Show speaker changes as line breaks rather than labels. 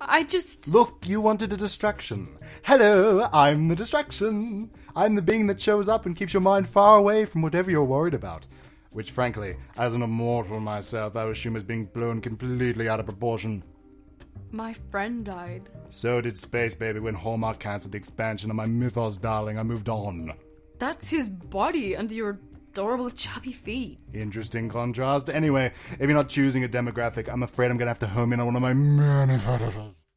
I just.
Look, you wanted a distraction. Hello, I'm the distraction. I'm the being that shows up and keeps your mind far away from whatever you're worried about. Which, frankly, as an immortal myself, I assume is being blown completely out of proportion.
My friend died.
So did Space Baby when Hallmark cancelled the expansion of my mythos, darling. I moved on.
That's his body under your adorable chubby feet.
Interesting contrast. Anyway, if you're not choosing a demographic, I'm afraid I'm gonna have to home in on one of my many fetishes.